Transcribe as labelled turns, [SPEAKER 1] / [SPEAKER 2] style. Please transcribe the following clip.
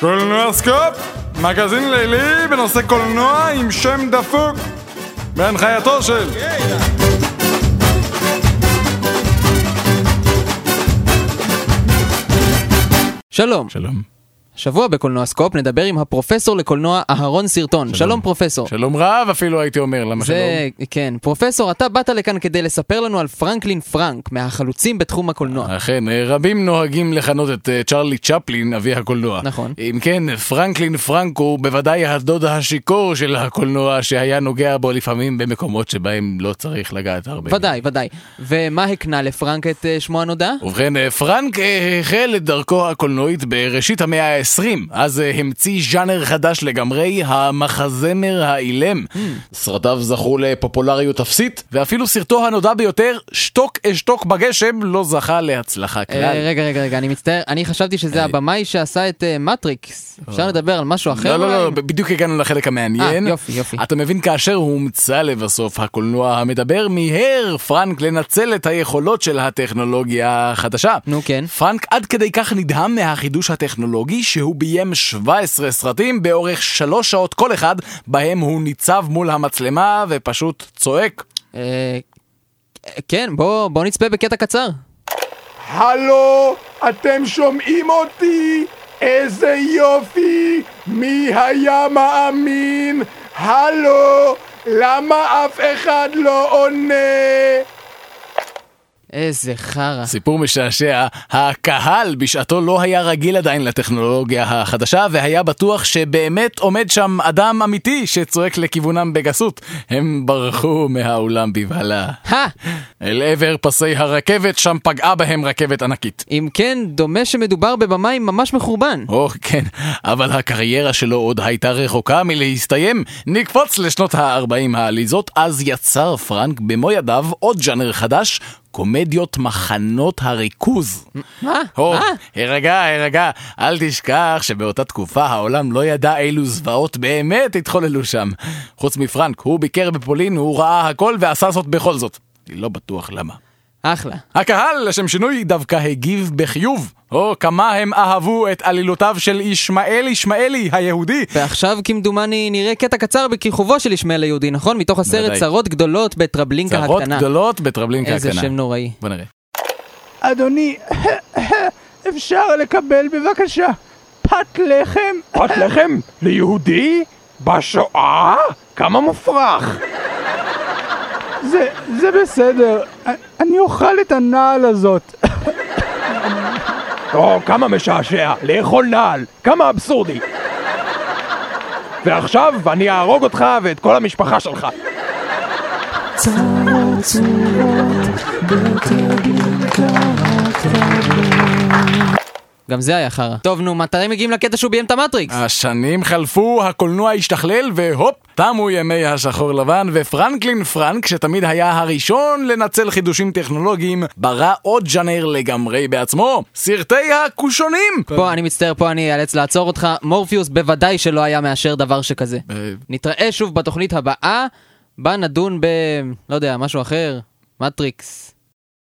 [SPEAKER 1] קולנוע סקופ, מגזין לילי בנושא קולנוע עם שם דפוק בהנחייתו של
[SPEAKER 2] שלום,
[SPEAKER 3] שלום.
[SPEAKER 2] השבוע בקולנוע סקופ נדבר עם הפרופסור לקולנוע אהרון סרטון. שלום, פרופסור.
[SPEAKER 3] שלום רב אפילו הייתי אומר, למה שלום?
[SPEAKER 2] זה, כן. פרופסור, אתה באת לכאן כדי לספר לנו על פרנקלין פרנק, מהחלוצים בתחום הקולנוע.
[SPEAKER 3] אכן, אה, רבים נוהגים לכנות את אה, צ'רלי צ'פלין אבי הקולנוע.
[SPEAKER 2] נכון.
[SPEAKER 3] אם כן, פרנקלין פרנק הוא בוודאי הדוד השיכור של הקולנוע שהיה נוגע בו לפעמים במקומות שבהם לא צריך לגעת הרבה.
[SPEAKER 2] ודאי, ודאי. ומה הקנה לפרנק את אה, שמו הנודע?
[SPEAKER 3] ובכן, אה, פרנק אה, החל את דרכו הקולנועית בראשית המאה ה-20, אז אה, המציא ז'אנר חדש לגמרי, המחזמר האילם. סרטיו זכו לפופולריות אפסית, ואפילו סרטו הנודע ביותר, שתוק אשתוק בגשם, לא זכה להצלחה
[SPEAKER 2] אה,
[SPEAKER 3] כלל.
[SPEAKER 2] רגע, רגע, רגע, אני מצטער, אני חשבתי
[SPEAKER 3] אה.
[SPEAKER 2] שזה הבמאי שעשה את אה, מטריקס. אפשר לדבר על משהו אחר?
[SPEAKER 3] לא, לא, לא,
[SPEAKER 2] אולי?
[SPEAKER 3] בדיוק הגענו לחלק המעניין.
[SPEAKER 2] אה, יופי, יופי.
[SPEAKER 3] אתה מבין, כאשר הומצא לבסוף הקולנוע המדבר, מיהר פרנק לנצל את היכולות של הטכנולוגיה החדשה.
[SPEAKER 2] נו, כן.
[SPEAKER 3] פרנק עד כדי כך נדהם מהחידוש הטכנולוגי, שהוא ביים 17 סרטים באורך 3 שעות כל אחד, בהם הוא ניצב מול המצלמה ופשוט צועק.
[SPEAKER 2] אה, כן, בוא בוא נצפה בקטע קצר.
[SPEAKER 4] הלו, אתם שומעים אותי? איזה יופי! מי היה מאמין? הלו, למה אף אחד לא עונה?
[SPEAKER 2] איזה חרא.
[SPEAKER 3] סיפור משעשע, הקהל בשעתו לא היה רגיל עדיין לטכנולוגיה החדשה והיה בטוח שבאמת עומד שם אדם אמיתי שצועק לכיוונם בגסות. הם ברחו מהאולם בבהלה.
[SPEAKER 2] הא!
[SPEAKER 3] אל עבר פסי הרכבת, שם פגעה בהם רכבת ענקית.
[SPEAKER 2] אם כן, דומה שמדובר בבמאי ממש מחורבן.
[SPEAKER 3] או, כן, אבל הקריירה שלו עוד הייתה רחוקה מלהסתיים. נקפוץ לשנות ה-40 העליזות, אז יצר פרנק במו ידיו עוד ג'אנר חדש, קומדיות מחנות הריכוז.
[SPEAKER 2] מה?
[SPEAKER 3] הו,
[SPEAKER 2] מה?
[SPEAKER 3] הרגע, הרגע, אל תשכח שבאותה תקופה העולם לא ידע אילו זוועות באמת התחוללו שם. חוץ מפרנק, הוא ביקר בפולין, הוא ראה הכל ועשה זאת בכל זאת. אני לא בטוח למה.
[SPEAKER 2] אחלה.
[SPEAKER 3] הקהל, לשם שינוי, דווקא הגיב בחיוב. או כמה הם אהבו את עלילותיו של ישמעאל ישמעאלי היהודי.
[SPEAKER 2] ועכשיו כמדומני נראה קטע קצר בכיכובו של ישמעאל היהודי, נכון? מתוך הסרט
[SPEAKER 3] בוודאי.
[SPEAKER 2] צרות גדולות בטרבלינקה
[SPEAKER 3] צרות
[SPEAKER 2] הקטנה.
[SPEAKER 3] גדולות בטרבלינקה הקטנה.
[SPEAKER 2] איזה שם נוראי.
[SPEAKER 3] בוא נראה.
[SPEAKER 4] אדוני, אפשר לקבל בבקשה פת לחם? פת לחם? ליהודי? בשואה? כמה מופרך! זה, זה בסדר, אני אוכל את הנעל הזאת. או, כמה משעשע, לאכול נעל, כמה אבסורדי. ועכשיו אני אהרוג אותך ואת כל המשפחה שלך.
[SPEAKER 2] גם זה היה חרא. טוב, נו, מתי מגיעים לקטע שהוא ביים את המטריקס?
[SPEAKER 3] השנים חלפו, הקולנוע השתכלל, והופ, תמו ימי השחור לבן, ופרנקלין פרנק, שתמיד היה הראשון לנצל חידושים טכנולוגיים, ברא עוד ג'אנר לגמרי בעצמו, סרטי הקושונים!
[SPEAKER 2] פה, אני מצטער, פה אני אאלץ לעצור אותך. מורפיוס בוודאי שלא היה מאשר דבר שכזה.
[SPEAKER 3] אה,
[SPEAKER 2] נתראה שוב בתוכנית הבאה, בה נדון ב... לא יודע, משהו אחר. מטריקס.